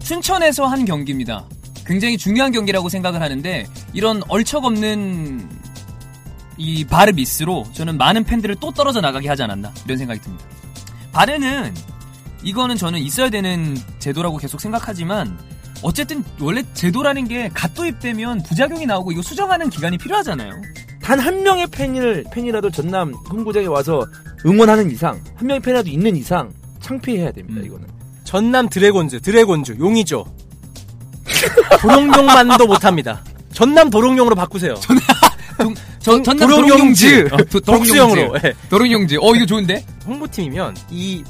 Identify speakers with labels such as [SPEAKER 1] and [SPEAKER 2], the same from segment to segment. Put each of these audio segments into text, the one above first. [SPEAKER 1] 춘천에서 한 경기입니다. 굉장히 중요한 경기라고 생각을 하는데 이런 얼척없는 이 바르 미스로 저는 많은 팬들을 또 떨어져 나가게 하지 않았나 이런 생각이 듭니다. 바르는 이거는 저는 있어야 되는 제도라고 계속 생각하지만 어쨌든 원래 제도라는 게 갓 도입되면 부작용이 나오고 이거 수정하는 기간이 필요하잖아요.
[SPEAKER 2] 단 한 명의 팬을 팬이라도 전남 홈구장에 와서 응원하는 이상 한 명의 팬이라도 있는 이상 창피해야 됩니다
[SPEAKER 1] 음.
[SPEAKER 2] 이거는
[SPEAKER 3] 전남 드래곤즈, 드래곤즈, 용이죠. 도롱뇽만도 못합니다. 전남 도롱뇽으로 바꾸세요.
[SPEAKER 1] 동- 전- 전남
[SPEAKER 3] 도롱뇽즈.
[SPEAKER 1] 도롱뇽즈. 어, 도- 도롱뇽즈.
[SPEAKER 3] 복수형으로. 예.
[SPEAKER 1] 도롱뇽즈. 어 이거 좋은데?
[SPEAKER 3] 홍보팀이면 이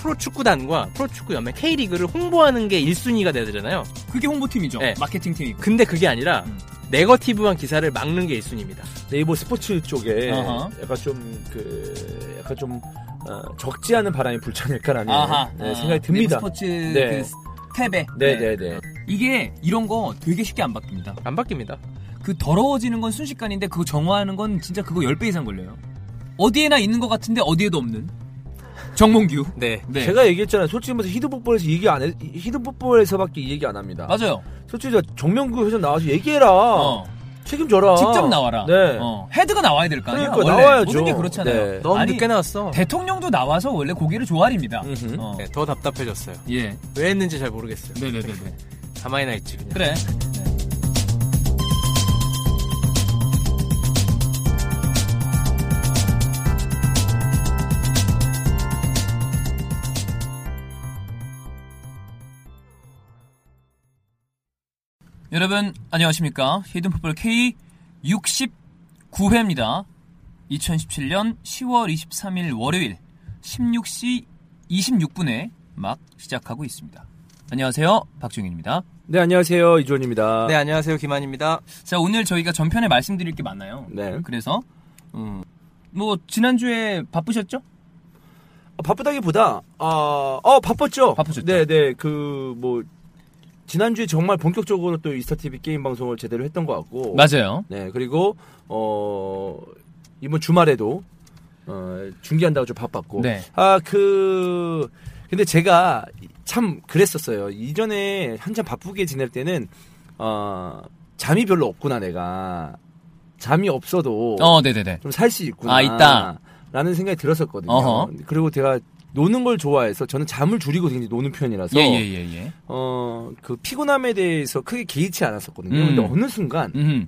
[SPEAKER 3] 프로축구단과 프로축구연맹 K리그를 홍보하는 게 1순위가 돼야 되잖아요.
[SPEAKER 1] 그게 홍보팀이죠.
[SPEAKER 3] 네.
[SPEAKER 1] 마케팅팀이고.
[SPEAKER 3] 근데 그게 아니라
[SPEAKER 1] 음.
[SPEAKER 3] 네거티브한 기사를 막는 게 1순위입니다.
[SPEAKER 2] 네이버 스포츠 쪽에
[SPEAKER 1] 아하.
[SPEAKER 2] 약간 좀 그 약간 좀 어, 적지 않은 바람이 불지 않을까라는
[SPEAKER 1] 아하.
[SPEAKER 2] 네,
[SPEAKER 1] 아,
[SPEAKER 2] 생각이 듭니다.
[SPEAKER 1] 네이버 스포츠
[SPEAKER 2] 네.
[SPEAKER 1] 그 탭에.
[SPEAKER 2] 네네네.
[SPEAKER 1] 이게 이런 거 되게 쉽게 안 바뀝니다.
[SPEAKER 3] 안 바뀝니다.
[SPEAKER 1] 그 더러워지는 건 순식간인데 그거 정화하는 건 진짜 그거 10배 이상 걸려요. 어디에나 있는 것 같은데 어디에도 없는 정몽규.
[SPEAKER 3] 네.
[SPEAKER 1] 네.
[SPEAKER 2] 제가 얘기했잖아요. 솔직히 말해서 히드풋볼에서 얘기 안 해, 히드풋볼에서밖에 얘기 안 합니다.
[SPEAKER 1] 맞아요.
[SPEAKER 2] 솔직히 저 정명구 회장 나와서 얘기해라.
[SPEAKER 1] 어.
[SPEAKER 2] 책임져라.
[SPEAKER 1] 직접 나와라.
[SPEAKER 2] 네.
[SPEAKER 1] 어. 헤드가 나와야 될 거 아니야.
[SPEAKER 2] 그러니까
[SPEAKER 1] 원래
[SPEAKER 2] 나와야죠.
[SPEAKER 1] 모든 게 그렇잖아요.
[SPEAKER 2] 네.
[SPEAKER 3] 너무
[SPEAKER 1] 아니,
[SPEAKER 3] 늦게 나왔어.
[SPEAKER 1] 대통령도 나와서 원래 고기를 조아립니다.
[SPEAKER 2] 음흠.
[SPEAKER 1] 어.
[SPEAKER 3] 네, 더 답답해졌어요.
[SPEAKER 1] 예.
[SPEAKER 3] 왜 했는지 잘 모르겠어요.
[SPEAKER 1] 네네네네.
[SPEAKER 3] 가만히나 있지 그냥.
[SPEAKER 1] 그래. 여러분 안녕하십니까 히든풋볼 K 69회입니다. 2017년 10월 23일 월요일 16시 26분에 막 시작하고 있습니다. 안녕하세요 박중현입니다.
[SPEAKER 2] 네 안녕하세요 이주원입니다.
[SPEAKER 3] 네, 안녕하세요. 김한입니다.
[SPEAKER 1] 자 오늘 저희가 전편에 말씀드릴 게 많아요.
[SPEAKER 2] 네.
[SPEAKER 1] 그래서 음, 뭐 지난주에 바쁘셨죠?
[SPEAKER 2] 어, 바쁘다기보다 아, 어 바빴죠.
[SPEAKER 1] 바쁘셨죠.
[SPEAKER 2] 네네 그 뭐 지난주에 정말 본격적으로 또 이스타 TV 게임 방송을 제대로 했던 것 같고.
[SPEAKER 1] 맞아요.
[SPEAKER 2] 네 그리고 어 이번 주말에도 어, 중계한다고 좀 바빴고.
[SPEAKER 1] 네.
[SPEAKER 2] 아 그 근데 제가 참 그랬었어요. 이전에 한참 바쁘게 지낼 때는 어 잠이 별로 없구나 내가 잠이 없어도
[SPEAKER 1] 어, 네네네.
[SPEAKER 2] 좀 살 수 있구나.
[SPEAKER 1] 아, 있다.
[SPEAKER 2] 라는 생각이 들었었거든요.
[SPEAKER 1] 어허.
[SPEAKER 2] 그리고 제가 노는 걸 좋아해서 저는 잠을 줄이고 굉장히 노는 편이라서
[SPEAKER 1] 예예예 예, 예.
[SPEAKER 2] 어, 그 피곤함에 대해서 크게 개의치 않았었거든요.
[SPEAKER 1] 음.
[SPEAKER 2] 근데 어느 순간
[SPEAKER 1] 음,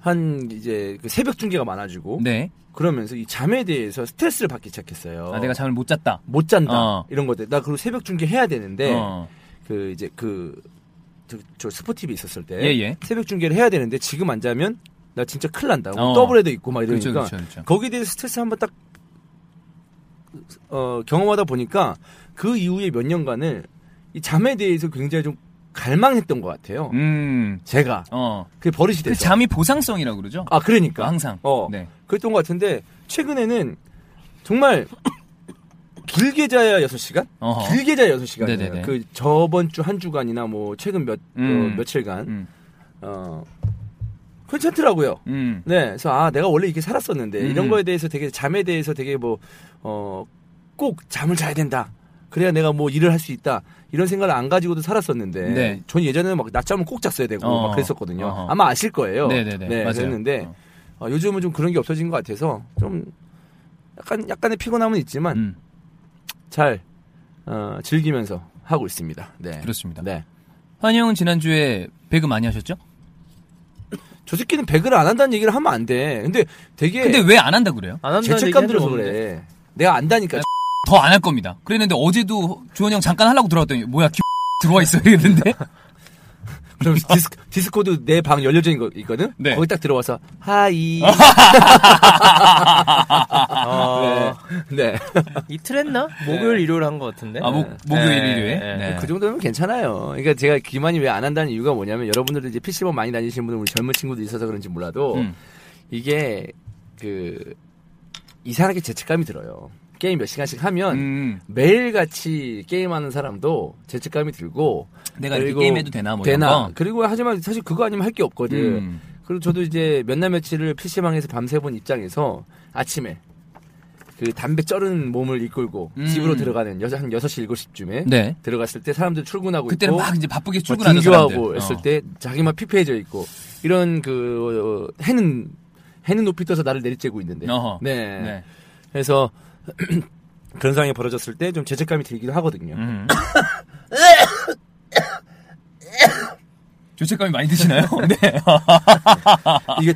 [SPEAKER 2] 한 이제 그 새벽 중계가 많아지고
[SPEAKER 1] 네.
[SPEAKER 2] 그러면서 이 잠에 대해서 스트레스를 받기 시작했어요.
[SPEAKER 1] 아, 내가 잠을 못 잤다.
[SPEAKER 2] 못 잔다
[SPEAKER 1] 어.
[SPEAKER 2] 이런 것들. 나 그리고 새벽 중계 해야 되는데
[SPEAKER 1] 어.
[SPEAKER 2] 그 이제 그저 스포티비 있었을 때
[SPEAKER 1] 예, 예.
[SPEAKER 2] 새벽 중계를 해야 되는데 지금 안 자면 나 진짜 큰일 난다.
[SPEAKER 1] 어.
[SPEAKER 2] 더블헤더 있고 막 이러니까
[SPEAKER 1] 그렇죠, 그렇죠, 그렇죠.
[SPEAKER 2] 거기에 대해서 스트레스 한번 딱 어, 경험하다 보니까 그 이후에 몇 년간을 이 잠에 대해서 굉장히 좀 갈망했던 것 같아요.
[SPEAKER 1] 음,
[SPEAKER 2] 제가
[SPEAKER 1] 어.
[SPEAKER 2] 그게 버릇이
[SPEAKER 1] 그
[SPEAKER 2] 돼서
[SPEAKER 1] 잠이 보상성이라고 그러죠?
[SPEAKER 2] 아 그러니까
[SPEAKER 1] 항상.
[SPEAKER 2] 어
[SPEAKER 1] 네.
[SPEAKER 2] 그랬던 것 같은데 최근에는 정말 길게 자야 6 시간,
[SPEAKER 1] 어허.
[SPEAKER 2] 길게 자야 6 시간이에요.
[SPEAKER 1] 네네네.
[SPEAKER 2] 그 저번 주 한 주간이나 뭐 최근 몇
[SPEAKER 1] 음.
[SPEAKER 2] 어, 며칠간
[SPEAKER 1] 음,
[SPEAKER 2] 어 괜찮더라고요.
[SPEAKER 1] 음.
[SPEAKER 2] 네, 그래서 아 내가 원래 이렇게 살았었는데 이런
[SPEAKER 1] 음.
[SPEAKER 2] 거에 대해서 되게 잠에 대해서 되게 뭐, 뭐어꼭 잠을 자야 된다. 그래야 내가 뭐 일을 할 수 있다 이런 생각을 안 가지고도 살았었는데
[SPEAKER 1] 네.
[SPEAKER 2] 전 예전에는 막 낮잠을 꼭 잤어야 되고
[SPEAKER 1] 어.
[SPEAKER 2] 막 그랬었거든요.
[SPEAKER 1] 어허.
[SPEAKER 2] 아마 아실 거예요.
[SPEAKER 1] 네네네. 맞아요.
[SPEAKER 2] 그랬는데
[SPEAKER 1] 어.
[SPEAKER 2] 어, 요즘은 좀 그런 게 없어진 것 같아서 좀 약간 약간의 피곤함은 있지만
[SPEAKER 1] 음,
[SPEAKER 2] 잘 어, 즐기면서 하고 있습니다. 네,
[SPEAKER 1] 그렇습니다.
[SPEAKER 2] 네.
[SPEAKER 1] 환희 형은 지난주에 배그 많이 하셨죠?
[SPEAKER 2] 저 새끼는 배그를 안 한다는 얘기를 하면 안 돼. 근데 되게
[SPEAKER 1] 근데 왜 안 한다 그래요?
[SPEAKER 2] 아.
[SPEAKER 3] 안 한다는
[SPEAKER 2] 죄책감
[SPEAKER 3] 얘기한 적
[SPEAKER 2] 들어서
[SPEAKER 3] 없는데.
[SPEAKER 2] 그래. 내가 안다니까.
[SPEAKER 1] 더 안 할 겁니다. 그랬는데 어제도 주원이 형 잠깐 하려고 들어왔더니 뭐야, 들어와 있어 이랬는데.
[SPEAKER 2] 그럼 디스코, 디스코드 내 방 열려져 있는 거 있거든?
[SPEAKER 1] 네. 아.
[SPEAKER 2] 거기 딱 들어와서, 하이. 어, 네.
[SPEAKER 3] 아, 이틀 했나? 목요일 일요일 한 것 같은데.
[SPEAKER 1] 아, 목, 목요일
[SPEAKER 2] 네,
[SPEAKER 1] 일요일.
[SPEAKER 3] 네.
[SPEAKER 1] 네.
[SPEAKER 2] 그 정도면 괜찮아요. 그러니까 제가 기만이 왜 안 한다는 이유가 뭐냐면 여러분들도 이제 PC방 많이 다니시는 분들 우리 젊은 친구들 있어서 그런지 몰라도
[SPEAKER 1] 음.
[SPEAKER 2] 이게 그 이상하게 죄책감이 들어요. 게임 몇 시간씩 하면
[SPEAKER 1] 음.
[SPEAKER 2] 매일같이 게임하는 사람도 죄책감이 들고
[SPEAKER 1] 내가 이렇게
[SPEAKER 2] 그리고
[SPEAKER 1] 게임해도 되나 뭐
[SPEAKER 2] 되나
[SPEAKER 1] 이런 거.
[SPEAKER 2] 그리고 하지만 사실 그거 아니면 할 게 없거든
[SPEAKER 1] 음.
[SPEAKER 2] 그리고 저도 이제 몇 날 며칠을 PC방에서 밤새 본 입장에서 아침에 그 담배 쩔은 몸을 이끌고
[SPEAKER 1] 음.
[SPEAKER 2] 집으로 들어가는 여자 한 6시 7시쯤에
[SPEAKER 1] 네.
[SPEAKER 2] 들어갔을 때 사람들 출근하고
[SPEAKER 1] 그때는
[SPEAKER 2] 있고
[SPEAKER 1] 막 이제 바쁘게
[SPEAKER 2] 뭐
[SPEAKER 1] 출근하는
[SPEAKER 2] 등교하고
[SPEAKER 1] 사람들.
[SPEAKER 2] 했을
[SPEAKER 1] 어.
[SPEAKER 2] 때 자기만 피폐해져 있고 이런 그 어, 해는 해는 높이 떠서 나를 내리쬐고 있는데
[SPEAKER 1] 어허.
[SPEAKER 2] 네.
[SPEAKER 1] 네.
[SPEAKER 2] 그래서 그런 상황이 벌어졌을 때 좀 죄책감이 들기도 하거든요
[SPEAKER 1] 음. 죄책감이 많이 드시나요? 네.
[SPEAKER 2] 이게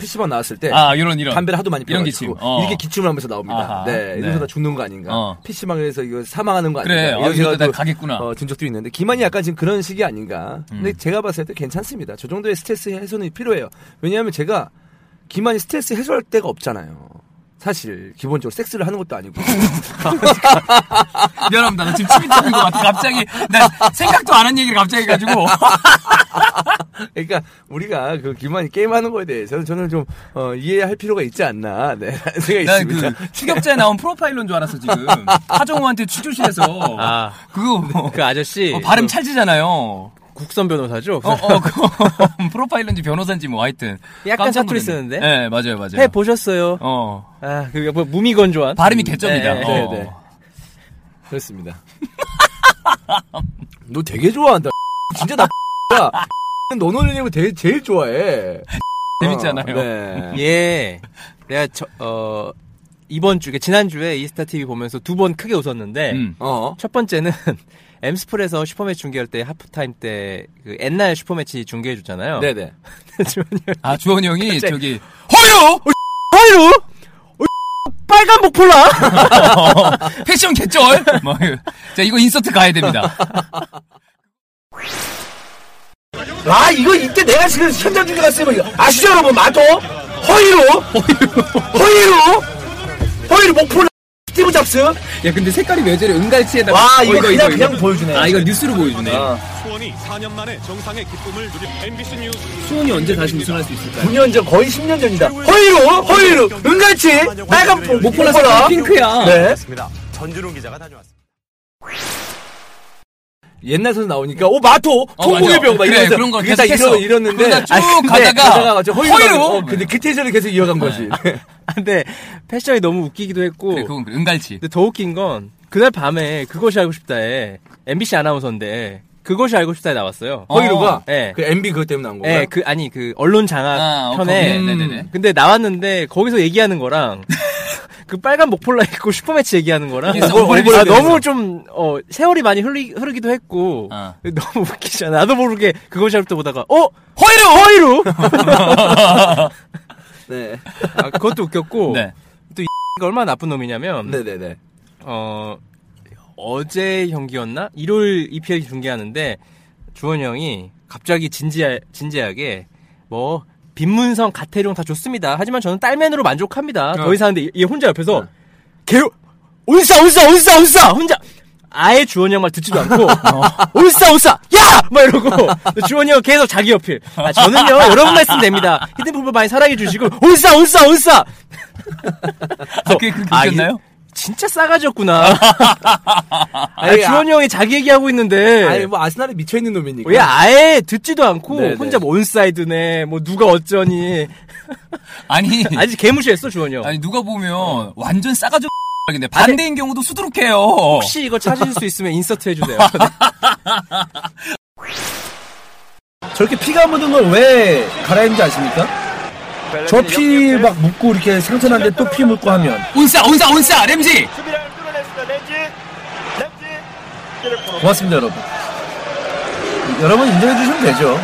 [SPEAKER 2] PC방 나왔을 때
[SPEAKER 1] 아, 이런 이런.
[SPEAKER 2] 담배를 하도 많이
[SPEAKER 1] 이런 기침.
[SPEAKER 2] 피워가지고
[SPEAKER 1] 어.
[SPEAKER 2] 이렇게 기침을 하면서 나옵니다.
[SPEAKER 1] 아하.
[SPEAKER 2] 네, 이래서
[SPEAKER 1] 네.
[SPEAKER 2] 나 죽는 거 아닌가?
[SPEAKER 1] 어.
[SPEAKER 2] PC방에서 이거 사망하는 거
[SPEAKER 1] 그래.
[SPEAKER 2] 아닌가?
[SPEAKER 1] 어, 이거
[SPEAKER 2] 생각도,
[SPEAKER 1] 나 가겠구나. 음.
[SPEAKER 2] 어, 든 적도 있는데 기만이 약간 지금 그런 식이 아닌가? 근데 제가 봤을 때 괜찮습니다. 저 정도의 스트레스 해소는 필요해요. 왜냐하면 제가 기만이 스트레스 해소할 데가 없잖아요. 사실 기본적으로 섹스를 하는 것도 아니고
[SPEAKER 1] 미안합니다. 나 지금 침이 타는 것 같아. 갑자기 나 생각도 안 한 얘기를 갑자기 해가지고.
[SPEAKER 2] 그러니까 우리가 그 기만이 게임하는 거에 대해서는 저는 좀 어, 이해할 필요가 있지 않나 네, 라는 생각이
[SPEAKER 1] 난 그
[SPEAKER 2] 있습니다.
[SPEAKER 1] 추격자에 나온 프로파일러인 줄 알았어 지금. 하정우한테 취조실에서
[SPEAKER 3] 아.
[SPEAKER 2] 네,
[SPEAKER 1] 그거
[SPEAKER 3] 그 아저씨
[SPEAKER 1] 어, 발음
[SPEAKER 3] 그
[SPEAKER 1] 찰지잖아요.
[SPEAKER 3] 국선 변호사죠.
[SPEAKER 2] 네.
[SPEAKER 1] 어, 어, 그, 프로파일러인지 변호사인지 뭐 하여튼.
[SPEAKER 3] 약간
[SPEAKER 1] 깜짝 놀랐네.
[SPEAKER 3] 사투리 쓰는데?
[SPEAKER 1] 네, 맞아요, 맞아요.
[SPEAKER 3] 그- 해 보셨어요.
[SPEAKER 1] 어.
[SPEAKER 3] 아, 그게 뭐 무미건조한
[SPEAKER 1] 발음이 개점이다.
[SPEAKER 3] 네,
[SPEAKER 2] 네,
[SPEAKER 1] 어.
[SPEAKER 2] 네. 그렇습니다. 너 되게 좋아한다. 진짜 나 야, 너너리님을 되게 제일 좋아해.
[SPEAKER 1] 재밌잖아요.
[SPEAKER 2] 어, 네.
[SPEAKER 3] 예. 내가 저, 어, 이번 주에 지난 주에 이스타 TV 보면서 두 번 크게 웃었는데
[SPEAKER 1] 음.
[SPEAKER 2] 어.
[SPEAKER 3] 첫 번째는 엠스플에서 슈퍼매치 중계할 때 하프타임 때 그 옛날 슈퍼매치 중계해
[SPEAKER 1] 어.
[SPEAKER 3] 줬잖아요.
[SPEAKER 2] 네네.
[SPEAKER 3] 주원이 형이
[SPEAKER 1] 아, 주원이 형이 저기,
[SPEAKER 3] 허요! 허요! 어, 빨간 목폴라!
[SPEAKER 1] 어. 패션 개쩔! 뭐, 자, 이거 인서트 가야 됩니다.
[SPEAKER 2] 아, 이거 이때 내가 지금 현장 중계 갔으면 이거 아시죠, 여러분? 마도? 허위로? 허위로? 허위로 목포 스티브 잡스?
[SPEAKER 1] 야, 근데 색깔이 왜 저래? 은갈치에다가. 어,
[SPEAKER 2] 와, 이거 그냥, 그냥 보여주네. 아.
[SPEAKER 1] 이거 뉴스로 보여주네.
[SPEAKER 4] 수원이 4년 만에 정상의 기쁨을 누릴 MBC 뉴스
[SPEAKER 1] 수원이 언제 다시 우승할 수 있을까?
[SPEAKER 2] 9년 전, 거의 10년
[SPEAKER 3] 네,
[SPEAKER 2] 전이다. 허위로? 허위로? 은같이? 빨간 목포라
[SPEAKER 1] 핑크야.
[SPEAKER 2] 네.
[SPEAKER 4] 전준웅 기자가 다녀왔습니다.
[SPEAKER 2] 옛날 선수 나오니까 오 마토 통곡의
[SPEAKER 1] 어, 맞아.
[SPEAKER 2] 병막
[SPEAKER 1] 그래,
[SPEAKER 2] 이러면서
[SPEAKER 1] 그런 걸
[SPEAKER 2] 그게 다
[SPEAKER 1] 계속했어.
[SPEAKER 2] 이러, 이러는데
[SPEAKER 1] 그러다 쭉 가다가 네.
[SPEAKER 2] 근데 갑자기
[SPEAKER 1] 허위로.
[SPEAKER 2] 허위로 가고, 어, 근데 그 태제를 계속 이어간 거지
[SPEAKER 3] 근데 패션이 너무 웃기기도 했고
[SPEAKER 1] 그래, 그건 그래, 은갈치.
[SPEAKER 3] 근데 더 웃긴 건 그날 밤에 그것이 알고 싶다에 MBC 아나운서인데 그것이 알고 싶다에 나왔어요.
[SPEAKER 1] 어.
[SPEAKER 2] 허위로가
[SPEAKER 3] 네.
[SPEAKER 2] 그 MB 그것 때문에 나온 거야
[SPEAKER 3] 예, 그 아니 그 언론 장악
[SPEAKER 1] 아, 어,
[SPEAKER 3] 편에
[SPEAKER 1] 거기, 네네네.
[SPEAKER 3] 근데 나왔는데 거기서 얘기하는 거랑 그 빨간 목폴라 입고 슈퍼매치 얘기하는 거랑
[SPEAKER 1] 이게
[SPEAKER 3] 어,
[SPEAKER 1] 얼굴이
[SPEAKER 3] 아,
[SPEAKER 1] 비슷해서.
[SPEAKER 3] 너무 좀 어, 세월이 많이 흘리, 흐르기도 했고
[SPEAKER 1] 아.
[SPEAKER 3] 너무 웃기잖아. 나도 모르게 그것이 알고 때 보다가 어 허이루 허이루
[SPEAKER 2] 네.
[SPEAKER 3] 아, 그것도 웃겼고
[SPEAKER 1] 네.
[SPEAKER 3] 이거 얼마나 나쁜 놈이냐면
[SPEAKER 2] 네네네
[SPEAKER 3] 어 어제 경기였나? 일요일 EPL 중계하는데 주원 형이 갑자기 진지하, 진지하게 뭐 빈문성 가태룡 다 좋습니다. 하지만 저는 딸맨으로
[SPEAKER 1] 아.
[SPEAKER 3] 만족합니다. 더 이상 하는데 얘 혼자 옆에서
[SPEAKER 1] 네.
[SPEAKER 3] 개 울싸 울싸 울싸 울싸 혼자 아예 주원 형말 듣지도 않고
[SPEAKER 1] 어.
[SPEAKER 3] 울싸 울싸 야막 이러고 주원 형 계속 자기 어필. 아, 저는요 여러분 말씀 됩니다. 히든풋볼 많이 사랑해 주시고 울싸 울싸 울싸.
[SPEAKER 1] 아, 그게 그게
[SPEAKER 3] 아,
[SPEAKER 1] 웃겼나요?
[SPEAKER 3] 이- 진짜 싸가지였구나.
[SPEAKER 2] 아니,
[SPEAKER 3] 아니, 주원이 형이 자기 얘기하고
[SPEAKER 1] 네.
[SPEAKER 3] 있는데
[SPEAKER 2] 아니 뭐 아스날에 미쳐있는 놈이니까
[SPEAKER 3] 왜 아예 듣지도 않고
[SPEAKER 2] 네네.
[SPEAKER 3] 혼자 뭐 온사이드네 뭐 누가 어쩌니
[SPEAKER 1] 아니,
[SPEAKER 3] 아직 개무시했어 주원이 형
[SPEAKER 1] 아니, 누가 보면 완전 싸가지 근데 반대인 경우도 수두룩해요.
[SPEAKER 3] 혹시 이거 찾으실 수 있으면 인서트 해주세요
[SPEAKER 5] 저렇게 피가 묻은 걸 왜 갈아입는지 아십니까? 저 피 막 묻고 이렇게 상처 난데 또 피 묻고 하면
[SPEAKER 1] 온싸, 온싸, 온싸, 램지!
[SPEAKER 6] 수비를 뚫어냈습니다. 렌지, 렌지, 로
[SPEAKER 5] 고맙습니다 여러분 여러분 인정해 주시면 되죠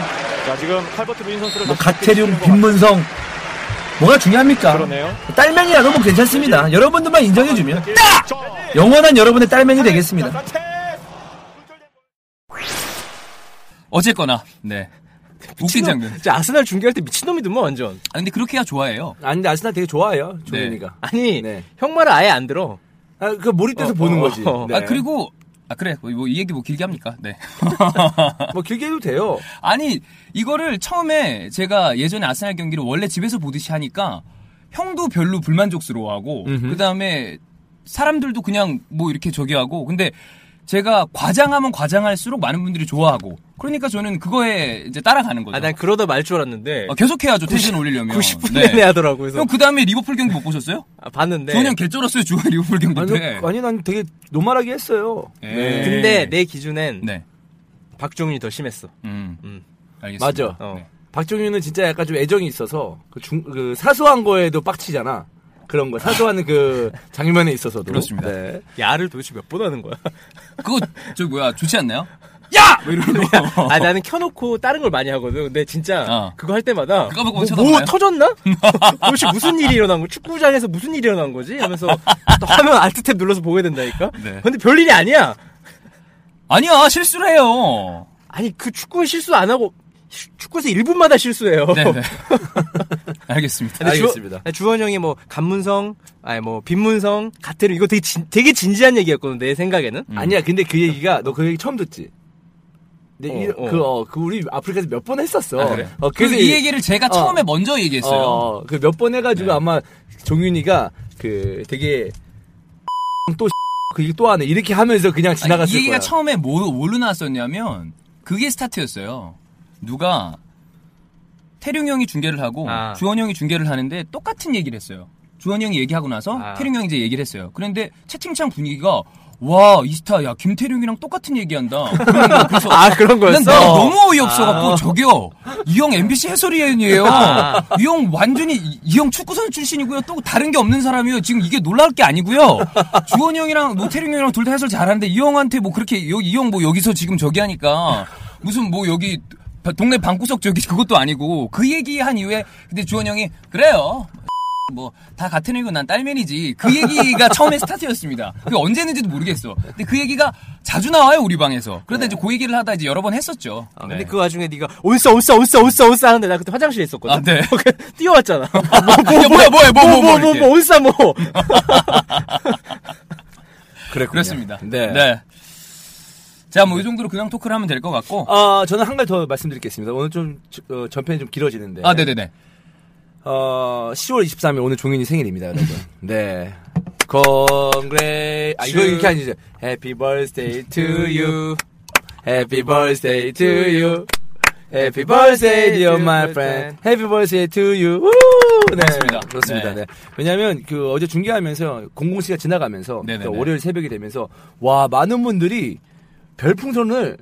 [SPEAKER 6] 자 지금 칼버트 루인 선수를
[SPEAKER 5] 뭐
[SPEAKER 6] 다시
[SPEAKER 5] 가태룡,
[SPEAKER 6] 뒤집히는 것 같-
[SPEAKER 5] 빈문성 뭐가 중요합니까?
[SPEAKER 6] 그러네요.
[SPEAKER 5] 딸맨이라도 뭐 괜찮습니다 여러분들만 인정해 주면
[SPEAKER 6] 저-
[SPEAKER 5] 영원한 여러분의 딸맨이 되겠습니다
[SPEAKER 6] 산체스!
[SPEAKER 1] 어쨌거나, 네.
[SPEAKER 2] 그
[SPEAKER 1] 웃긴 장면.
[SPEAKER 3] 진짜 아스날 중계할 때 미친놈이더만 완전.
[SPEAKER 1] 아, 근데 그렇게 해야 좋아해요.
[SPEAKER 2] 아니 근데 아스날 되게 좋아해요 종현이가.
[SPEAKER 3] 아니
[SPEAKER 2] 네.
[SPEAKER 3] 형 말을 아예 안 들어.
[SPEAKER 2] 아, 그 몰입돼서
[SPEAKER 3] 어,
[SPEAKER 2] 보는
[SPEAKER 3] 어,
[SPEAKER 2] 거지.
[SPEAKER 3] 어.
[SPEAKER 2] 네.
[SPEAKER 1] 아, 그리고, 아, 그래. 뭐, 이 얘기 뭐 길게 합니까? 네.
[SPEAKER 2] 뭐 길게 해도 돼요.
[SPEAKER 1] 아니, 이거를 처음에 제가 예전에 아스날 경기를 원래 집에서 보듯이 하니까 형도 별로 불만족스러워하고,
[SPEAKER 2] 음흠.
[SPEAKER 1] 그 다음에 사람들도 그냥 뭐 이렇게 저기 하고, 근데 제가 과장하면 과장할수록 많은 분들이 좋아하고, 그러니까 저는 그거에 이제 따라가는 거죠.
[SPEAKER 3] 아 난 그러다 말 줄 알았는데
[SPEAKER 1] 아, 계속 해야죠. 텐션 올리려면.
[SPEAKER 3] 90분
[SPEAKER 1] 네.
[SPEAKER 3] 내내 하더라고 그래서
[SPEAKER 1] 형, 그 다음에 리버풀 경기 못 보셨어요?
[SPEAKER 3] 아, 봤는데.
[SPEAKER 1] 조 저는 개쩔었어요. 주말 리버풀 경기
[SPEAKER 2] 아니,
[SPEAKER 1] 때.
[SPEAKER 2] 아니 난 되게 노말하게 했어요.
[SPEAKER 1] 예.
[SPEAKER 3] 네. 근데 내 기준엔
[SPEAKER 1] 네.
[SPEAKER 3] 박종윤이 더 심했어.
[SPEAKER 1] 음.
[SPEAKER 3] 음.
[SPEAKER 1] 알겠습니다.
[SPEAKER 2] 맞아.
[SPEAKER 3] 어.
[SPEAKER 1] 네.
[SPEAKER 2] 박종윤은 진짜 약간 좀 애정이 있어서 그, 중, 그 사소한 거에도 빡치잖아. 그런 거 사소한 그 장면에 있어서도
[SPEAKER 1] 그렇습니다.
[SPEAKER 2] 네.
[SPEAKER 3] 야를 도대체 몇 번 하는 거야?
[SPEAKER 1] 그거 저 뭐야 좋지 않나요? 야! 뭐 이러는 거.
[SPEAKER 3] 아 나는 켜놓고 다른 걸 많이 하거든. 근데 진짜
[SPEAKER 1] 어.
[SPEAKER 3] 그거 할 때마다
[SPEAKER 1] 그거 보고
[SPEAKER 3] 뭐, 뭐
[SPEAKER 1] 쳐다봐요?
[SPEAKER 3] 터졌나? 도대체 무슨 일이 일어난 거? 축구장에서 무슨 일이 일어난 거지? 하면서 또 화면 알트탭 눌러서 보게 된다니까.
[SPEAKER 1] 네.
[SPEAKER 3] 근데 별 일이 아니야.
[SPEAKER 1] 아니야 실수를 해요.
[SPEAKER 3] 아니 그 축구 실수 안 하고 시- 축구에서 1분마다 실수해요.
[SPEAKER 1] 네네. 알겠습니다.
[SPEAKER 3] 근데 주-
[SPEAKER 2] 알겠습니다.
[SPEAKER 3] 아니, 주원 형이 뭐 간문성, 아니 뭐 빈문성, 가태름 이거 되게 진, 되게 진지한 얘기였거든 내 생각에는.
[SPEAKER 1] 음.
[SPEAKER 2] 아니야 근데 그 얘기가 너 그 얘기 처음 듣지? 근데 이,
[SPEAKER 3] 어, 어.
[SPEAKER 2] 그, 어, 그 우리 아프리카에서 몇 번 했었어.
[SPEAKER 1] 아, 그래.
[SPEAKER 2] 어,
[SPEAKER 1] 그래서
[SPEAKER 2] 그래서
[SPEAKER 1] 이 얘기를 제가
[SPEAKER 2] 어.
[SPEAKER 1] 처음에 먼저 얘기했어요.
[SPEAKER 2] 그 몇 번 해가지고
[SPEAKER 1] 네.
[SPEAKER 2] 아마 종윤이가 그 되게 또그 얘기 또 하네 이렇게 하면서 그냥
[SPEAKER 1] 아니,
[SPEAKER 2] 지나갔을
[SPEAKER 1] 이 얘기가
[SPEAKER 2] 거야.
[SPEAKER 1] 처음에 뭐, 뭘로 나왔었냐면 그게 스타트였어요. 누가 태룡 형이 중계를 하고
[SPEAKER 3] 아.
[SPEAKER 1] 주원 형이 중계를 하는데 똑같은 얘기를 했어요. 주원 형이 얘기하고 나서
[SPEAKER 3] 아.
[SPEAKER 1] 태룡 형이 이제 얘기를 했어요. 그런데 채팅창 분위기가 와 이스타 야 김태룡이랑 똑같은 얘기한다. 그런 거야. 그래서
[SPEAKER 3] 아 그런
[SPEAKER 1] 난
[SPEAKER 3] 거였어. 아.
[SPEAKER 1] 내가 너무 어이없어갖고 저기요 이 형 MBC 해설위원이에요 이 형 완전히 이 형 축구선수 출신이고요 또 다른 게 없는 사람이에요 지금 이게 놀라울 게 아니고요 주원이 형이랑 노태룡 형이랑 둘 다 해설 잘하는데 이 형한테 뭐 그렇게 이 형 뭐 여기서 지금 저기 하니까 무슨 뭐 여기 바- 동네 방구석 저기 그것도 아니고 그 얘기 한 이후에 근데 주원이 형이 그래요 뭐 다 같은 애고 난 딸맨이지 그 얘기가 처음에 스타트였습니다. 그 언제 했는지도 모르겠어. 근데 그 얘기가 자주 나와요 우리 방에서. 그러다 이제 그 얘기를 하다 이제 여러 번 했었죠.
[SPEAKER 3] 아, 근데 그 와중에 네가 온싸 온싸 온싸 온싸 온싸 하는데 나 그때 화장실에 있었거든.
[SPEAKER 1] 아, 네.
[SPEAKER 3] 뛰어왔잖아.
[SPEAKER 1] 야, 뭐야 뭐야 뭐 뭐 뭐
[SPEAKER 3] 뭐뭐뭐뭐
[SPEAKER 1] 뭐
[SPEAKER 3] 온싸 뭐.
[SPEAKER 2] 그랬군요.
[SPEAKER 1] 그렇습니다.
[SPEAKER 2] 네.
[SPEAKER 1] 자, 뭐 이 정도로 그냥 토크를 하면 될 것 같고.
[SPEAKER 2] 아 저는 한 가지 더 말씀드리겠습니다. 오늘 좀 어, 전편이 좀 길어지는데.
[SPEAKER 1] 아, 네네네.
[SPEAKER 2] 어, 10월 23일 오늘 종윤이 생일입니다, 여러분. 네. Congrats. 아, 이거 이렇게 하지. 이제. Happy birthday to you. Happy birthday to you. Happy birthday dear my friend. Happy birthday to you. 우! 네.
[SPEAKER 1] 그렇습니다.
[SPEAKER 2] 그렇습니다.
[SPEAKER 1] 네.
[SPEAKER 2] 네. 왜냐면 그 어제 중계하면서 00시가 지나가면서
[SPEAKER 1] 네네네.
[SPEAKER 2] 그러니까 월요일 새벽이 되면서 와, 많은 분들이 별풍선을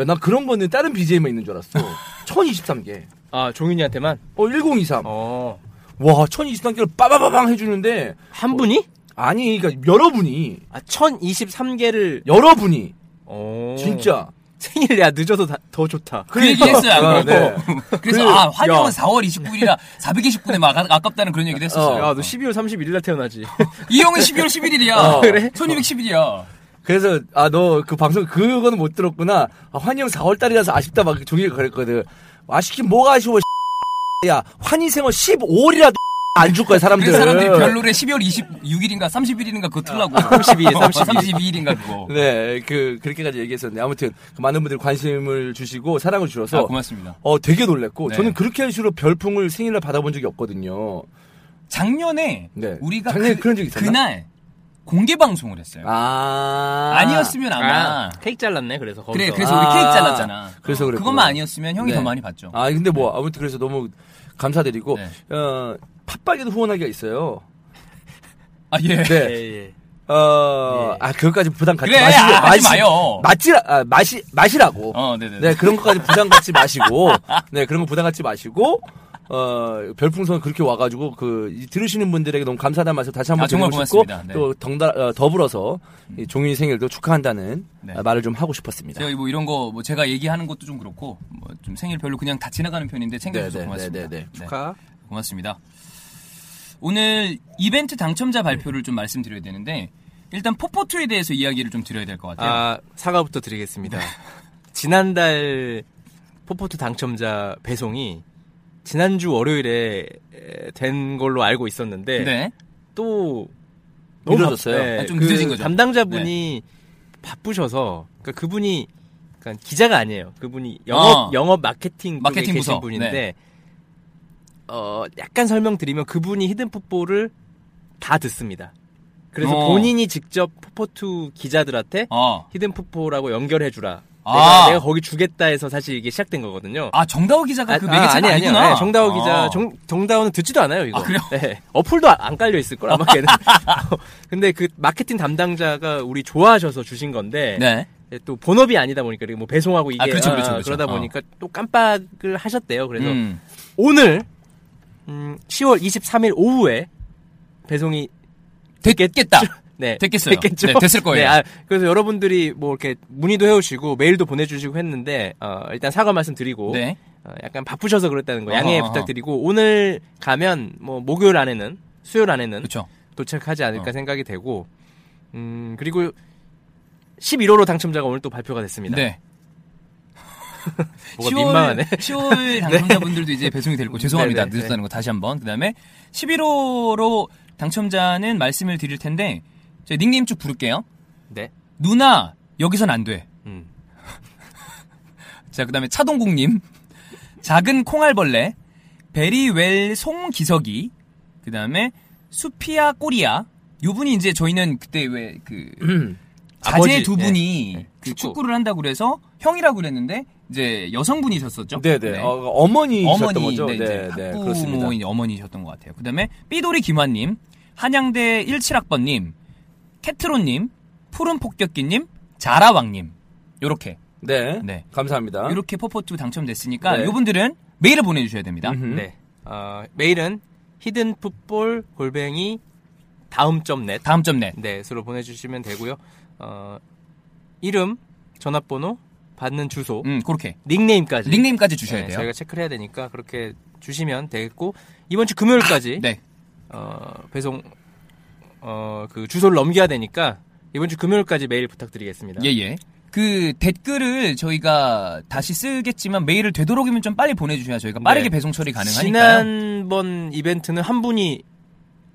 [SPEAKER 2] 야, 나 그런 거는 다른 BGM에 있는 줄 알았어. 1023개.
[SPEAKER 3] 아 종윤이한테만.
[SPEAKER 2] 어, 1023.
[SPEAKER 3] 어.
[SPEAKER 2] 와, 1023개를 빠바바방 해주는데,
[SPEAKER 3] 한 분이?
[SPEAKER 2] 아니, 그러니까 여러분이,
[SPEAKER 3] 아 1023개를.
[SPEAKER 2] 여러분이,
[SPEAKER 3] 어.
[SPEAKER 1] 네.
[SPEAKER 2] 진짜.
[SPEAKER 3] 생일이야 늦어도 다- 더 좋다.
[SPEAKER 1] 그 얘기했어요.
[SPEAKER 2] 아,
[SPEAKER 1] 안 그래도. 그래서 아, 환영은
[SPEAKER 3] 야.
[SPEAKER 1] 4월 29일이라 429에 막 아- 아깝다는 그런 얘기도 했었어요.
[SPEAKER 3] 야 너 12월 31일 날 태어나지.
[SPEAKER 1] 이 형은 12월 11일이야.
[SPEAKER 2] 어.
[SPEAKER 1] 그래? 손님 10일이야.
[SPEAKER 2] 그래서, 아, 너 그 방송, 그거는 못 들었구나. 아, 환영 4월달이라서 아쉽다, 막 종이가 그랬거든. 아쉽긴 뭐가 아쉬워, 야, 환희생활 15월이라도 안 줄 거야, 사람들.
[SPEAKER 1] 그래서 사람들이 별로래 12월 26일인가 31일인가 그거
[SPEAKER 2] 아,
[SPEAKER 1] 틀라고.
[SPEAKER 3] 32일,
[SPEAKER 1] 32일. 인가 그거.
[SPEAKER 2] 네, 그, 그렇게까지 얘기했었는데. 아무튼, 그 많은 분들이 관심을 주시고, 사랑을 주셔서.
[SPEAKER 1] 아, 고맙습니다.
[SPEAKER 2] 어, 되게 놀랬고,
[SPEAKER 1] 네.
[SPEAKER 2] 저는 그렇게 식으로 별풍을 생일날 받아본 적이 없거든요.
[SPEAKER 1] 작년에
[SPEAKER 2] 네.
[SPEAKER 1] 우리가
[SPEAKER 2] 작년에
[SPEAKER 1] 그,
[SPEAKER 2] 그런 적 있었나?
[SPEAKER 1] 그날 공개 방송을 했어요.
[SPEAKER 2] 아.
[SPEAKER 1] 아니었으면 아마
[SPEAKER 3] 케이크 잘랐네 그래서 거기서.
[SPEAKER 1] 그래 그래서 우리
[SPEAKER 2] 아,
[SPEAKER 1] 케이크 잘랐잖아. 어,
[SPEAKER 2] 그래서 그랬구나.
[SPEAKER 1] 그것만 아니었으면 형이
[SPEAKER 2] 네.
[SPEAKER 1] 더 많이 봤죠. 네.
[SPEAKER 2] 아 근데 뭐 아무튼 그래서 너무 감사드리고 어 팟빵에도 후원하기가 있어요.
[SPEAKER 1] 아 예.
[SPEAKER 3] 예,
[SPEAKER 2] 네.
[SPEAKER 3] 예.
[SPEAKER 2] 어, 아 그것까지 부담 갖지
[SPEAKER 1] 네. 그래,
[SPEAKER 2] 마시고
[SPEAKER 1] 아, 하지 마요.
[SPEAKER 2] 마시라 아, 마시 마시라고.
[SPEAKER 1] 어, 네네.
[SPEAKER 2] 네 그런 것까지 부담 갖지 마시고 네 그런 거 부담 갖지 마시고 어 별풍선 그렇게 와가지고 그 이, 들으시는 분들에게 너무 감사하다는 말씀 다시 한번
[SPEAKER 1] 아, 정말
[SPEAKER 2] 드리고 싶고
[SPEAKER 1] 고맙습니다. 네. 음.
[SPEAKER 2] 또 덩달 어, 더불어서 이 종윤이 생일도 축하한다는
[SPEAKER 1] 네.
[SPEAKER 2] 어, 말을 좀 하고 싶었습니다.
[SPEAKER 1] 제가 뭐 이런 거 뭐 제가 얘기하는 것도 좀 그렇고 뭐 좀 생일 별로 그냥 다 지나가는 편인데 챙겨주셔서
[SPEAKER 2] 네, 네,
[SPEAKER 1] 고맙습니다.
[SPEAKER 2] 네, 네, 네.
[SPEAKER 3] 축하.
[SPEAKER 1] 고맙습니다. 오늘 이벤트 당첨자 발표를 좀 말씀드려야 되는데 일단 포포투에 대해서 이야기를 좀 드려야 될 것 같아요.
[SPEAKER 3] 아 사과부터 드리겠습니다. 지난달 포포트 당첨자 배송이 지난주 월요일에 에, 된 걸로 알고 있었는데
[SPEAKER 1] 네.
[SPEAKER 3] 또
[SPEAKER 2] 미뤄졌어요?
[SPEAKER 3] 바-
[SPEAKER 1] 아, 좀 늦어진 거죠. 네.
[SPEAKER 3] 담당자분이 바쁘셔서 그러니까 그분이 그러니까 기자가 아니에요. 그분이 영업
[SPEAKER 1] 어.
[SPEAKER 3] 영업 마케팅 쪽에
[SPEAKER 1] 마케팅
[SPEAKER 3] 계신
[SPEAKER 1] 부서. 네.
[SPEAKER 3] 분인데 어 약간 설명드리면 그분이 히든 풋볼을 다 듣습니다. 그래서
[SPEAKER 1] 어.
[SPEAKER 3] 본인이 직접 포포투 기자들한테
[SPEAKER 1] 어.
[SPEAKER 3] 히든 풋볼하고 연결해 주라.
[SPEAKER 1] 아.
[SPEAKER 3] 내가, 내가 거기 주겠다 해서 사실 이게 시작된 거거든요.
[SPEAKER 1] 아 정다호 기자가 그 매개체가
[SPEAKER 3] 아니, 아니요.
[SPEAKER 1] 아니구나.
[SPEAKER 3] 네, 정다호 기자
[SPEAKER 1] 어.
[SPEAKER 3] 정, 정다호는 듣지도 않아요 이거.
[SPEAKER 1] 아, 그래요?
[SPEAKER 3] 네, 어플도 아- 안 깔려 있을 걸 아마 걔는. 근데 그 마케팅 담당자가 우리 좋아하셔서 주신 건데
[SPEAKER 1] 네.
[SPEAKER 3] 예, 또 본업이 아니다 보니까 이게 뭐 배송하고 이게
[SPEAKER 1] 아, 그렇죠, 그렇죠, 그렇죠.
[SPEAKER 3] 러다
[SPEAKER 1] 어.
[SPEAKER 3] 보니까 또 깜빡을 하셨대요. 그래서
[SPEAKER 1] 음.
[SPEAKER 3] 오늘 음, 10월 23일 오후에 배송이
[SPEAKER 1] 됐겠다.
[SPEAKER 3] 네,
[SPEAKER 1] 됐겠어요.
[SPEAKER 3] 됐겠죠.
[SPEAKER 1] 네, 됐을 거예요.
[SPEAKER 3] 네, 아, 그래서 여러분들이 뭐 이렇게 문의도 해오시고 메일도 보내주시고 했는데 어, 일단 사과 말씀드리고
[SPEAKER 1] 네.
[SPEAKER 3] 어, 약간 바쁘셔서 그랬다는 거 양해
[SPEAKER 1] 어허, 어허.
[SPEAKER 3] 부탁드리고 오늘 가면 뭐 목요일 안에는 수요일 안에는
[SPEAKER 1] 그렇죠.
[SPEAKER 3] 도착하지 않을까
[SPEAKER 1] 어.
[SPEAKER 3] 생각이 되고 음 그리고 11호로 당첨자가 오늘 또 발표가 됐습니다.
[SPEAKER 1] 네.
[SPEAKER 3] 뭐가 민망하네.
[SPEAKER 1] 10월 당첨자분들도 이제 배송이 될 거. 죄송합니다.
[SPEAKER 3] 네, 네,
[SPEAKER 1] 늦었다는 거 다시 한번. 그다음에 11호로 당첨자는 말씀을 드릴 텐데 제 닉네임 쭉 부를게요.
[SPEAKER 3] 네.
[SPEAKER 1] 누나 여기선 안 돼.
[SPEAKER 3] 음.
[SPEAKER 1] 자, 그다음에 차동국님, 작은 콩알벌레, 베리웰 송기석이, 그다음에 수피아 꼬리아. 요 분이 이제 저희는 그때 왜그 자제
[SPEAKER 3] 아버지,
[SPEAKER 1] 두
[SPEAKER 3] 네.
[SPEAKER 1] 분이
[SPEAKER 3] 네,
[SPEAKER 1] 그
[SPEAKER 3] 축구.
[SPEAKER 1] 축구. 를 한다고 그래서 형이라고 그랬는데 이제 여성분이셨었죠.
[SPEAKER 2] 네네.
[SPEAKER 1] 네.
[SPEAKER 2] 어, 머니셨던
[SPEAKER 1] 어머니,
[SPEAKER 2] 거죠?
[SPEAKER 1] 네, 이제 학부모인 어머니셨던 것 같아요. 그다음에 삐돌이 김환님, 한양대 17학번님, 캐트로님, 푸른 폭격기님, 자라왕님 요렇게
[SPEAKER 2] 네.
[SPEAKER 1] 네.
[SPEAKER 3] 그러니까.
[SPEAKER 2] 감사합니다.
[SPEAKER 1] 이렇게 포포투 당첨됐으니까
[SPEAKER 2] 네.
[SPEAKER 1] 요분들은 메일을 보내주셔야 됩니다.
[SPEAKER 2] 음흠.
[SPEAKER 3] 네. 어, 메일은 히든 풋볼 골뱅이 다음 점 넷.
[SPEAKER 1] 다음 점 넷.
[SPEAKER 3] 네, 으로 보내주시면 되고요. 어, 이름, 전화번호, 받는 주소,
[SPEAKER 1] 음, 그렇게
[SPEAKER 3] 닉네임까지.
[SPEAKER 1] 닉네임까지 주셔야
[SPEAKER 3] 뭐. 네,
[SPEAKER 1] 돼요.
[SPEAKER 3] 저희가 체크를 해야 되니까 그렇게 주시면 되겠고 이번 주 금요일까지
[SPEAKER 1] 네,
[SPEAKER 3] 어, 배송 어, 그 주소를 넘겨야 되니까 이번 주 금요일까지 메일 부탁드리겠습니다.
[SPEAKER 1] 예, 예. 그 댓글을 저희가 다시 쓰겠지만 메일을 되도록이면 좀 빨리 보내주셔야 저희가 빠르게
[SPEAKER 3] 네.
[SPEAKER 1] 배송 처리 가능하니까요.
[SPEAKER 3] 지난번 이벤트는 한 분이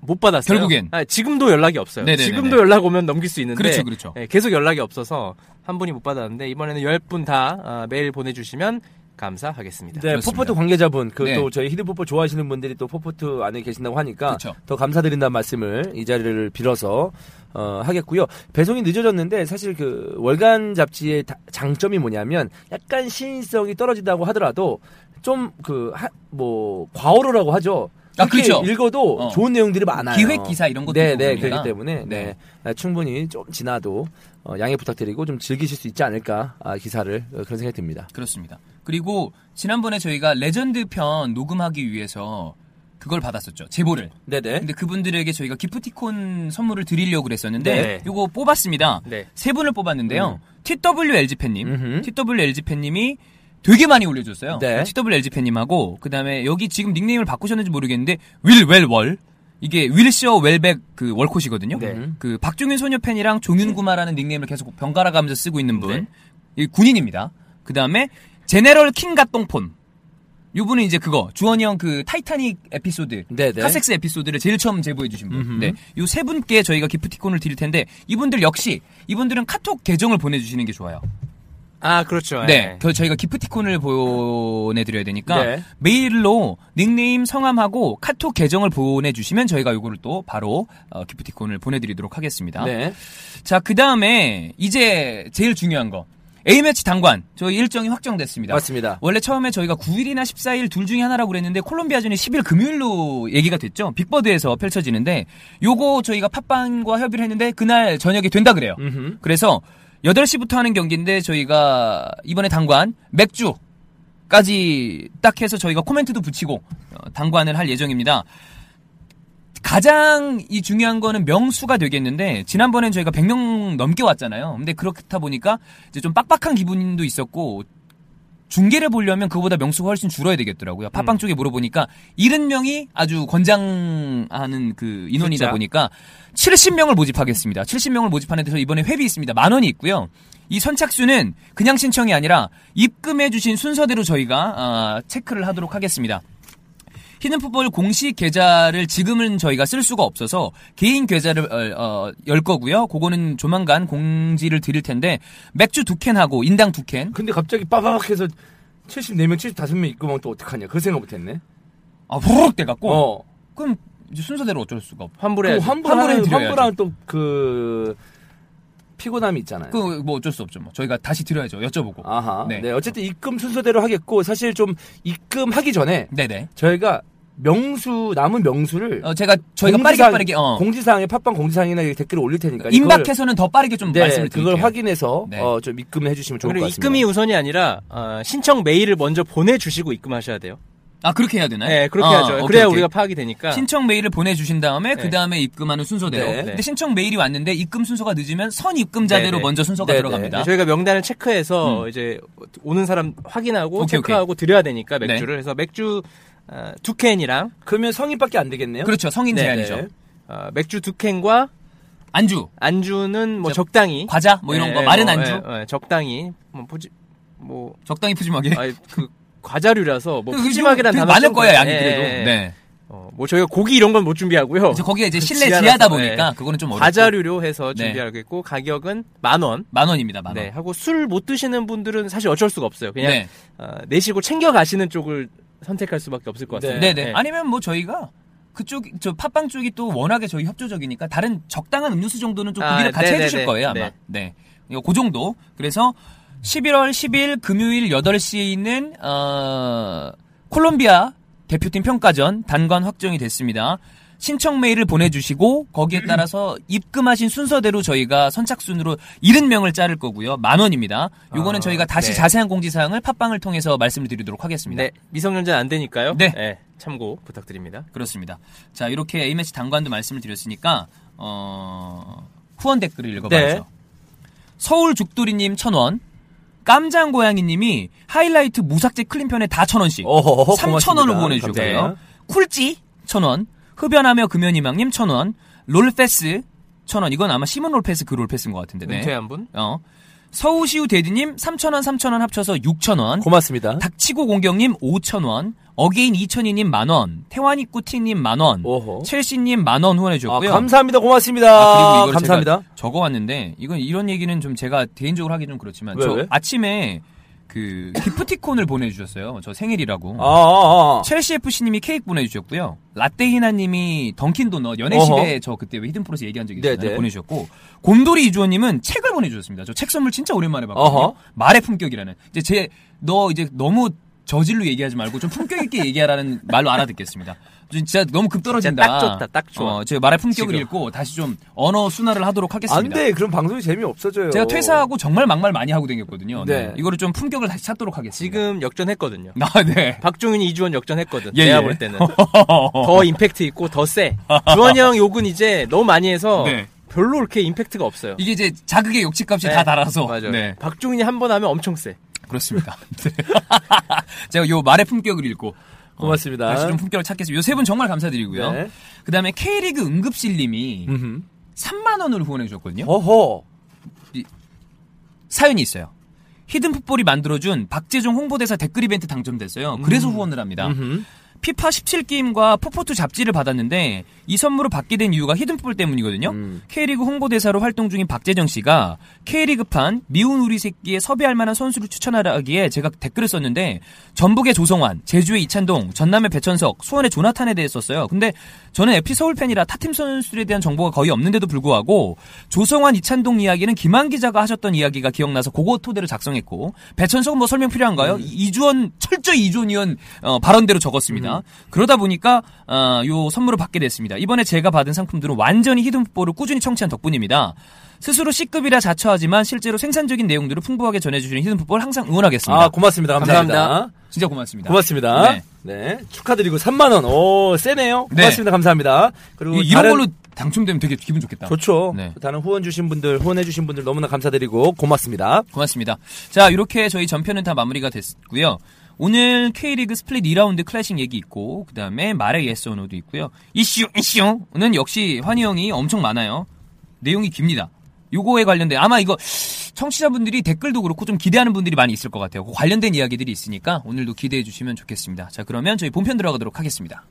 [SPEAKER 3] 못 받았어요.
[SPEAKER 1] 결국엔.
[SPEAKER 3] 아, 지금도 연락이 없어요.
[SPEAKER 1] 네네네네.
[SPEAKER 3] 지금도 연락 오면 넘길 수 있는데
[SPEAKER 1] 그렇죠, 그렇죠.
[SPEAKER 3] 예, 계속 연락이 없어서 한 분이 못 받았는데 이번에는 10분 다 아, 메일 보내주시면 감사하겠습니다.
[SPEAKER 2] 네,
[SPEAKER 1] 그렇습니다.
[SPEAKER 2] 포포트 관계자분, 그 또
[SPEAKER 1] 네.
[SPEAKER 2] 저희 히든 포포 좋아하시는 분들이 또 포포트 안에 계신다고 하니까
[SPEAKER 1] 그쵸.
[SPEAKER 2] 더 감사드린다는 말씀을 이 자리를 빌어서 어, 하겠고요. 배송이 늦어졌는데 사실 그 월간 잡지의 다- 장점이 뭐냐면 약간 시인성이 떨어진다고 하더라도 좀 그 뭐 과오로라고 하죠.
[SPEAKER 1] 아,
[SPEAKER 2] 이렇게
[SPEAKER 1] 그렇죠.
[SPEAKER 2] 읽어도
[SPEAKER 1] 어.
[SPEAKER 2] 좋은 내용들이 많아요.
[SPEAKER 1] 기획 기사 이런 것도
[SPEAKER 2] 네,
[SPEAKER 1] 있고
[SPEAKER 2] 네,
[SPEAKER 1] 그러니까.
[SPEAKER 2] 그렇기 때문에 네. 아, 충분히 좀 지나도 어, 양해 부탁드리고 좀 즐기실 수 있지 않을까 아, 기사를 어, 그런 생각이 듭니다.
[SPEAKER 1] 그렇습니다. 그리고 지난번에 저희가 레전드 편 녹음하기 위해서 그걸 받았었죠. 제보를.
[SPEAKER 2] 네, 네.
[SPEAKER 1] 근데 그분들에게 저희가 기프티콘 선물을 드리려고 그랬었는데
[SPEAKER 3] 네.
[SPEAKER 1] 이거 뽑았습니다.
[SPEAKER 3] 네.
[SPEAKER 1] 세 분을 뽑았는데요. TWLG 팬님,
[SPEAKER 2] 음. 음흠.
[SPEAKER 1] TWLG 팬님이 되게 많이 올려줬어요.
[SPEAKER 2] 네.
[SPEAKER 1] TWLG 팬님하고 그 다음에 여기 지금 닉네임을 바꾸셨는지 모르겠는데 윌웰월 이게 윌시어 웰백 그 월콧이거든요.
[SPEAKER 2] 네.
[SPEAKER 1] 그 박종윤 소녀 팬이랑 종윤구마라는 닉네임을 계속 번갈아가면서 쓰고 있는 분,
[SPEAKER 2] 네.
[SPEAKER 1] 이 군인입니다. 그 다음에 제네럴 킹가 똥폰. 요분은 이제 그거 주원이 형 그 타이타닉 에피소드
[SPEAKER 2] 네네.
[SPEAKER 1] 카섹스 에피소드를 제일 처음 제보해 주신 분. 네. 요 세 분께 저희가 기프티콘을 드릴 텐데 이분들 역시 이분들은 카톡 계정을 보내 주시는 게 좋아요.
[SPEAKER 3] 아 그렇죠.
[SPEAKER 1] 네.
[SPEAKER 3] 예.
[SPEAKER 1] 그 저희가 기프티콘을 보내 드려야 되니까
[SPEAKER 2] 네.
[SPEAKER 1] 메일로 닉네임 성함하고 카톡 계정을 보내 주시면 저희가 요거를 또 바로 어, 기프티콘을 보내 드리도록 하겠습니다.
[SPEAKER 2] 네.
[SPEAKER 1] 자, 그다음에 이제 제일 중요한 거. A매치 당관. 저희 일정이 확정됐습니다.
[SPEAKER 2] 맞습니다.
[SPEAKER 1] 원래 처음에 저희가 9일이나 14일 둘 중에 하나라고 그랬는데 콜롬비아전이 10일 금요일로 얘기가 됐죠. 빅버드에서 펼쳐지는데 요거 저희가 팟빵과 협의를 했는데 그날 저녁에 된다 그래요. 그래서 8시부터 하는 경기인데 저희가 이번에 당관 맥주 까지 딱 해서 저희가 코멘트도 붙이고 어, 당관을 할 예정입니다. 가장 이 중요한 거는 명수가 되겠는데 지난번엔 저희가 100명 넘게 왔잖아요. 근데 그렇다 보니까 이제 좀 빡빡한 기분도 있었고 중계를 보려면 그보다 명수가 훨씬 줄어야 되겠더라고요. 팟빵 쪽에 물어보니까 70명이 아주 권장하는 그 인원이다
[SPEAKER 3] 숫자.
[SPEAKER 1] 보니까 70명을 모집하겠습니다. 70명을 모집하는 데서 이번에 회비 있습니다. 만 원이 있고요. 이 선착순은 그냥 신청이 아니라 입금해 주신 순서대로 저희가 아, 체크를 하도록 하겠습니다. 히든풋볼 공식 계좌를 지금은 저희가 쓸 수가 없어서 개인 계좌를 어, 어, 열 거고요. 그거는 조만간 공지를 드릴 텐데 맥주 두 캔하고 인당 두 캔.
[SPEAKER 2] 근데 갑자기 빠바박 해서 74명, 75명 있고 막또 어떡하냐. 그 생각 못 했네.
[SPEAKER 1] 아, 후루룩 돼갖고.
[SPEAKER 2] 어.
[SPEAKER 1] 그럼 이제 순서대로 어쩔 수가 없.
[SPEAKER 3] 환불해.
[SPEAKER 2] 그럼 환불하는,
[SPEAKER 1] 환불해드려야죠.
[SPEAKER 2] 환불하는 또 그 피곤함이 있잖아요.
[SPEAKER 1] 그 뭐 어쩔 수 없죠. 뭐 저희가 다시 드려야죠. 여쭤보고.
[SPEAKER 2] 아하.
[SPEAKER 1] 네.
[SPEAKER 2] 네. 어쨌든 입금 순서대로 하겠고 사실 좀 입금하기 전에
[SPEAKER 1] 네네.
[SPEAKER 2] 저희가 명수 남은 명수를
[SPEAKER 1] 어, 제가 저희가 빠르게
[SPEAKER 2] 공지사항-
[SPEAKER 1] 빠르게 어.
[SPEAKER 2] 공지사항에 팟빵 공지사항이나 이렇게 댓글을 올릴 테니까 이걸-
[SPEAKER 1] 임박해서는 더 빠르게 좀
[SPEAKER 2] 네,
[SPEAKER 1] 말씀을 드릴게요.
[SPEAKER 2] 그걸 확인해서
[SPEAKER 1] 네.
[SPEAKER 2] 어, 좀 입금해 주시면 좋을 것
[SPEAKER 3] 그리고
[SPEAKER 2] 같습니다.
[SPEAKER 3] 입금이 우선이 아니라 어, 신청 메일을 먼저 보내주시고 입금하셔야 돼요.
[SPEAKER 1] 아 그렇게 해야 되나요?
[SPEAKER 3] 네, 그렇게
[SPEAKER 1] 어,
[SPEAKER 3] 하죠.
[SPEAKER 1] 오케이,
[SPEAKER 3] 그래야
[SPEAKER 1] 오케이.
[SPEAKER 3] 우리가 파악이 되니까.
[SPEAKER 1] 신청 메일을 보내주신 다음에
[SPEAKER 3] 아. 네.
[SPEAKER 1] 그 다음에 입금하는 순서대로.
[SPEAKER 2] 네.
[SPEAKER 1] 근데 신청 메일이 왔는데 입금 순서가 늦으면 선 입금자대로
[SPEAKER 3] 네, 네.
[SPEAKER 1] 먼저 순서가
[SPEAKER 2] 네,
[SPEAKER 1] 들어갑니다. 음.
[SPEAKER 3] 네, 저희가 명단을 체크해서 이제 오는 사람 확인하고
[SPEAKER 1] 오케이,
[SPEAKER 3] 체크하고 드려야 되니까
[SPEAKER 1] 네.
[SPEAKER 3] 맥주를 해서 맥주 어, 두 캔이랑
[SPEAKER 2] 그러면 성인밖에 안 되겠네요.
[SPEAKER 1] 그렇죠. 성인
[SPEAKER 3] 네,
[SPEAKER 1] 제한이죠.
[SPEAKER 3] 네. 어, 맥주 두 캔과
[SPEAKER 1] 안주,
[SPEAKER 3] 안주는 뭐
[SPEAKER 1] 저-
[SPEAKER 3] 적당히
[SPEAKER 1] 과자 뭐 이런
[SPEAKER 3] 예,
[SPEAKER 1] 거 마른
[SPEAKER 3] 뭐,
[SPEAKER 1] 안주
[SPEAKER 3] 예, 예, 적당히 뭐 포지 뭐
[SPEAKER 1] 적당히 푸짐하게.
[SPEAKER 3] 아니, 그 과자류라서 뭐
[SPEAKER 1] 네. 그게 좀
[SPEAKER 3] 푸짐하게란
[SPEAKER 1] 되게
[SPEAKER 3] 단어
[SPEAKER 1] 많을
[SPEAKER 3] 좀-
[SPEAKER 1] 거야 양이
[SPEAKER 3] 예,
[SPEAKER 1] 그래도.
[SPEAKER 3] 예, 예.
[SPEAKER 1] 네.
[SPEAKER 3] 어, 뭐 저희가 고기 이런 건 못 준비하고요.
[SPEAKER 1] 그래서 거기가 이제
[SPEAKER 3] 그
[SPEAKER 1] 실내
[SPEAKER 3] 지하라서,
[SPEAKER 1] 지하다 보니까
[SPEAKER 3] 예.
[SPEAKER 1] 그거는 좀 어렵고.
[SPEAKER 3] 과자류로 해서
[SPEAKER 1] 네.
[SPEAKER 3] 준비하겠고 가격은 만 원.
[SPEAKER 1] 만 원입니다. 만 원.
[SPEAKER 3] 네, 하고 술 못 드시는 분들은 사실 어쩔 수가 없어요. 그냥
[SPEAKER 1] 네.
[SPEAKER 3] 어, 내시고 챙겨 가시는 쪽을 선택할 수밖에 없을 것 같습니다.
[SPEAKER 1] 네네. 아니면 뭐 저희가 그쪽 저 팟빵 쪽이 또 워낙에 저희 협조적이니까 다른 적당한 음료수 정도는 좀
[SPEAKER 3] 아,
[SPEAKER 1] 구비를 같이
[SPEAKER 3] 네네네.
[SPEAKER 1] 해주실 거예요 아마.
[SPEAKER 3] 네.
[SPEAKER 1] 네. 이거 그 정도. 그래서 11월 10일 금요일 8시에 있는 어, 콜롬비아 대표팀 평가전 단관 확정이 됐습니다. 신청 메일을 보내주시고 거기에 따라서 입금하신 순서대로 저희가 선착순으로 70명을 자를 거고요. 만 원입니다. 요거는
[SPEAKER 3] 아,
[SPEAKER 1] 저희가 다시
[SPEAKER 3] 네.
[SPEAKER 1] 자세한 공지사항을 팟빵을 통해서 말씀드리도록 하겠습니다.
[SPEAKER 3] 네, 미성년자 안 되니까요.
[SPEAKER 1] 네.
[SPEAKER 3] 예, 참고 부탁드립니다.
[SPEAKER 1] 그렇습니다. 자, 이렇게 A매치 당관도 말씀을 드렸으니까, 어, 후원 댓글을
[SPEAKER 3] 네.
[SPEAKER 1] 읽어봐야죠. 서울 죽돌이님 천원, 깜장고양이님이 하이라이트 무삭제 클린편에 다 천원씩,
[SPEAKER 2] 어허허, 고맙습니다.
[SPEAKER 1] 3천원을 보내주셨고요.
[SPEAKER 2] 감사해요.
[SPEAKER 1] 쿨찌 천원, 흡연하며 금연희망님 천원, 롤패스 천원, 이건 아마 시몬 롤패스 그 롤패스인 것 같은데. 네.
[SPEAKER 3] 은퇴한 분.
[SPEAKER 1] 어. 서우시우 데디님 3천원, 3천원 합쳐서 6천원.
[SPEAKER 2] 고맙습니다.
[SPEAKER 1] 어? 닥치고 공격님 5,000원, 어게인 2,000이님 만원, 태환이꾸티님 만원,
[SPEAKER 2] 오호.
[SPEAKER 1] 첼시님 만원
[SPEAKER 2] 아,
[SPEAKER 1] 후원해주셨고요.
[SPEAKER 2] 감사합니다. 고맙습니다.
[SPEAKER 1] 아, 그리고 이걸
[SPEAKER 2] 감사합니다.
[SPEAKER 1] 제가 적어왔는데, 이건 이런 얘기는 좀 제가 개인적으로 하기 좀 그렇지만,
[SPEAKER 2] 왜,
[SPEAKER 1] 저
[SPEAKER 2] 왜?
[SPEAKER 1] 아침에 그 기프티콘을 보내주셨어요. 저 생일이라고.
[SPEAKER 2] 아, 아,
[SPEAKER 3] 어.
[SPEAKER 2] 아.
[SPEAKER 1] 첼시 FC님이 케이크 보내주셨고요. 라떼히나님이 던킨도넛
[SPEAKER 2] 어허.
[SPEAKER 1] 연애시대 저 그때 왜 히든프로스 얘기한 적이 있었나요?
[SPEAKER 2] 네네.
[SPEAKER 1] 보내주셨고 곰돌이 이주호님은 책을 보내주셨습니다. 저 책 선물 진짜 오랜만에 봤거든요.
[SPEAKER 2] 어허.
[SPEAKER 1] 말의 품격이라는 이제 제 너 이제 너무 저질로 얘기하지 말고 좀 품격 있게 얘기하라는 말로 알아듣겠습니다. 진짜 너무 급 떨어진다.
[SPEAKER 3] 진짜 딱 좋다, 딱 좋아.
[SPEAKER 1] 어, 제 말의 품격을
[SPEAKER 3] 지금.
[SPEAKER 1] 읽고 다시 좀 언어 순화를 하도록
[SPEAKER 2] 안
[SPEAKER 1] 하겠습니다.
[SPEAKER 2] 돼. 그럼 방송이 재미없어져요.
[SPEAKER 1] 제가 퇴사하고 정말 막말 많이 하고 다녔거든요. 네.
[SPEAKER 2] 네.
[SPEAKER 1] 이거를 좀 품격을 다시 찾도록 하겠습니다.
[SPEAKER 3] 지금 역전했거든요.
[SPEAKER 1] 아, 네.
[SPEAKER 3] 박종윤이 이주원 역전했거든.
[SPEAKER 1] 예,
[SPEAKER 3] 내가
[SPEAKER 1] 예.
[SPEAKER 3] 볼 때는 더 임팩트 있고 더 세. 주원이 형 욕은 이제 너무 많이 해서
[SPEAKER 1] 네.
[SPEAKER 3] 별로 그렇게 임팩트가 없어요.
[SPEAKER 1] 이게 이제 자극의 욕지값이 다
[SPEAKER 3] 네,
[SPEAKER 1] 달아서
[SPEAKER 3] 맞아요.
[SPEAKER 1] 네
[SPEAKER 3] 박종윤이 한 번 하면 엄청 세.
[SPEAKER 1] 그렇습니다. 네. 제가 요 말의 품격을 읽고
[SPEAKER 2] 어, 고맙습니다.
[SPEAKER 1] 다시 음. 좀 품격을 찾겠습니다. 요 세 분 정말 감사드리고요.
[SPEAKER 2] 네.
[SPEAKER 1] 그다음에 K리그 응급실님이
[SPEAKER 2] 음흠.
[SPEAKER 1] 3만 원을 후원해 주셨거든요.
[SPEAKER 2] 어허.
[SPEAKER 1] 사연이 있어요. 히든풋볼이 만들어준 박재종 홍보대사 댓글 이벤트 당첨됐어요. 그래서 후원을 합니다.
[SPEAKER 2] 음흠.
[SPEAKER 1] 피파 17게임과 포포투 잡지를 받았는데 이 선물을 받게 된 이유가 히든풋볼 때문이거든요.
[SPEAKER 2] 음.
[SPEAKER 1] K리그 홍보대사로 활동 중인 박재정 씨가 K리그판 미운 우리 새끼에 섭외할 만한 선수를 추천하라기에 제가 댓글을 썼는데 전북의 조성환, 제주의 이찬동, 전남의 배천석, 수원의 조나탄에 대해 썼어요. 근데 저는 FC 서울 팬이라 타팀 선수들에 대한 정보가 거의 없는데도 불구하고 조성환, 이찬동 이야기는 김한 기자가 하셨던 이야기가 기억나서 그거 토대로 작성했고 배천석은 뭐 설명 필요한가요?
[SPEAKER 2] 네.
[SPEAKER 1] 이- 이주원 철저히 이주원 의원 어, 발언대로 적었습니다.
[SPEAKER 2] 음.
[SPEAKER 1] 그러다 보니까 어, 요 선물을 받게 됐습니다. 이번에 제가 받은 상품들은 완전히 히든풋볼을 꾸준히 청취한 덕분입니다. 스스로 C급이라 자처하지만 실제로 생산적인 내용들을 풍부하게 전해주시는 히든풋볼 항상 응원하겠습니다.
[SPEAKER 2] 아, 고맙습니다. 감사합니다.
[SPEAKER 3] 감사합니다.
[SPEAKER 1] 진짜 고맙습니다.
[SPEAKER 2] 고맙습니다.
[SPEAKER 1] 음. 네.
[SPEAKER 2] 네. 축하드리고 3만 원. 오, 세네요.
[SPEAKER 1] 네.
[SPEAKER 2] 고맙습니다. 감사합니다. 그리고
[SPEAKER 1] 이- 이런
[SPEAKER 2] 다른-
[SPEAKER 1] 걸로 당첨되면 되게 기분 좋겠다.
[SPEAKER 2] 좋죠.
[SPEAKER 1] 네.
[SPEAKER 2] 다른 후원 주신 분들, 후원해 주신 분들 너무나 감사드리고 고맙습니다.
[SPEAKER 1] 고맙습니다. 자, 이렇게 저희 전편은 다 마무리가 됐고요. 오늘 K리그 스플릿 2라운드 클래식 얘기 있고 그다음에 말의 예스 오노도 있고요. 이슈 이슈는 역시 환희 형이 엄청 많아요. 내용이 깁니다. 요거에 관련된 아마 이거 청취자분들이 댓글도 그렇고 좀 기대하는 분들이 많이 있을 것 같아요. 그 관련된 이야기들이 있으니까 오늘도 기대해 주시면 좋겠습니다. 자, 그러면 저희 본편 들어가도록 하겠습니다.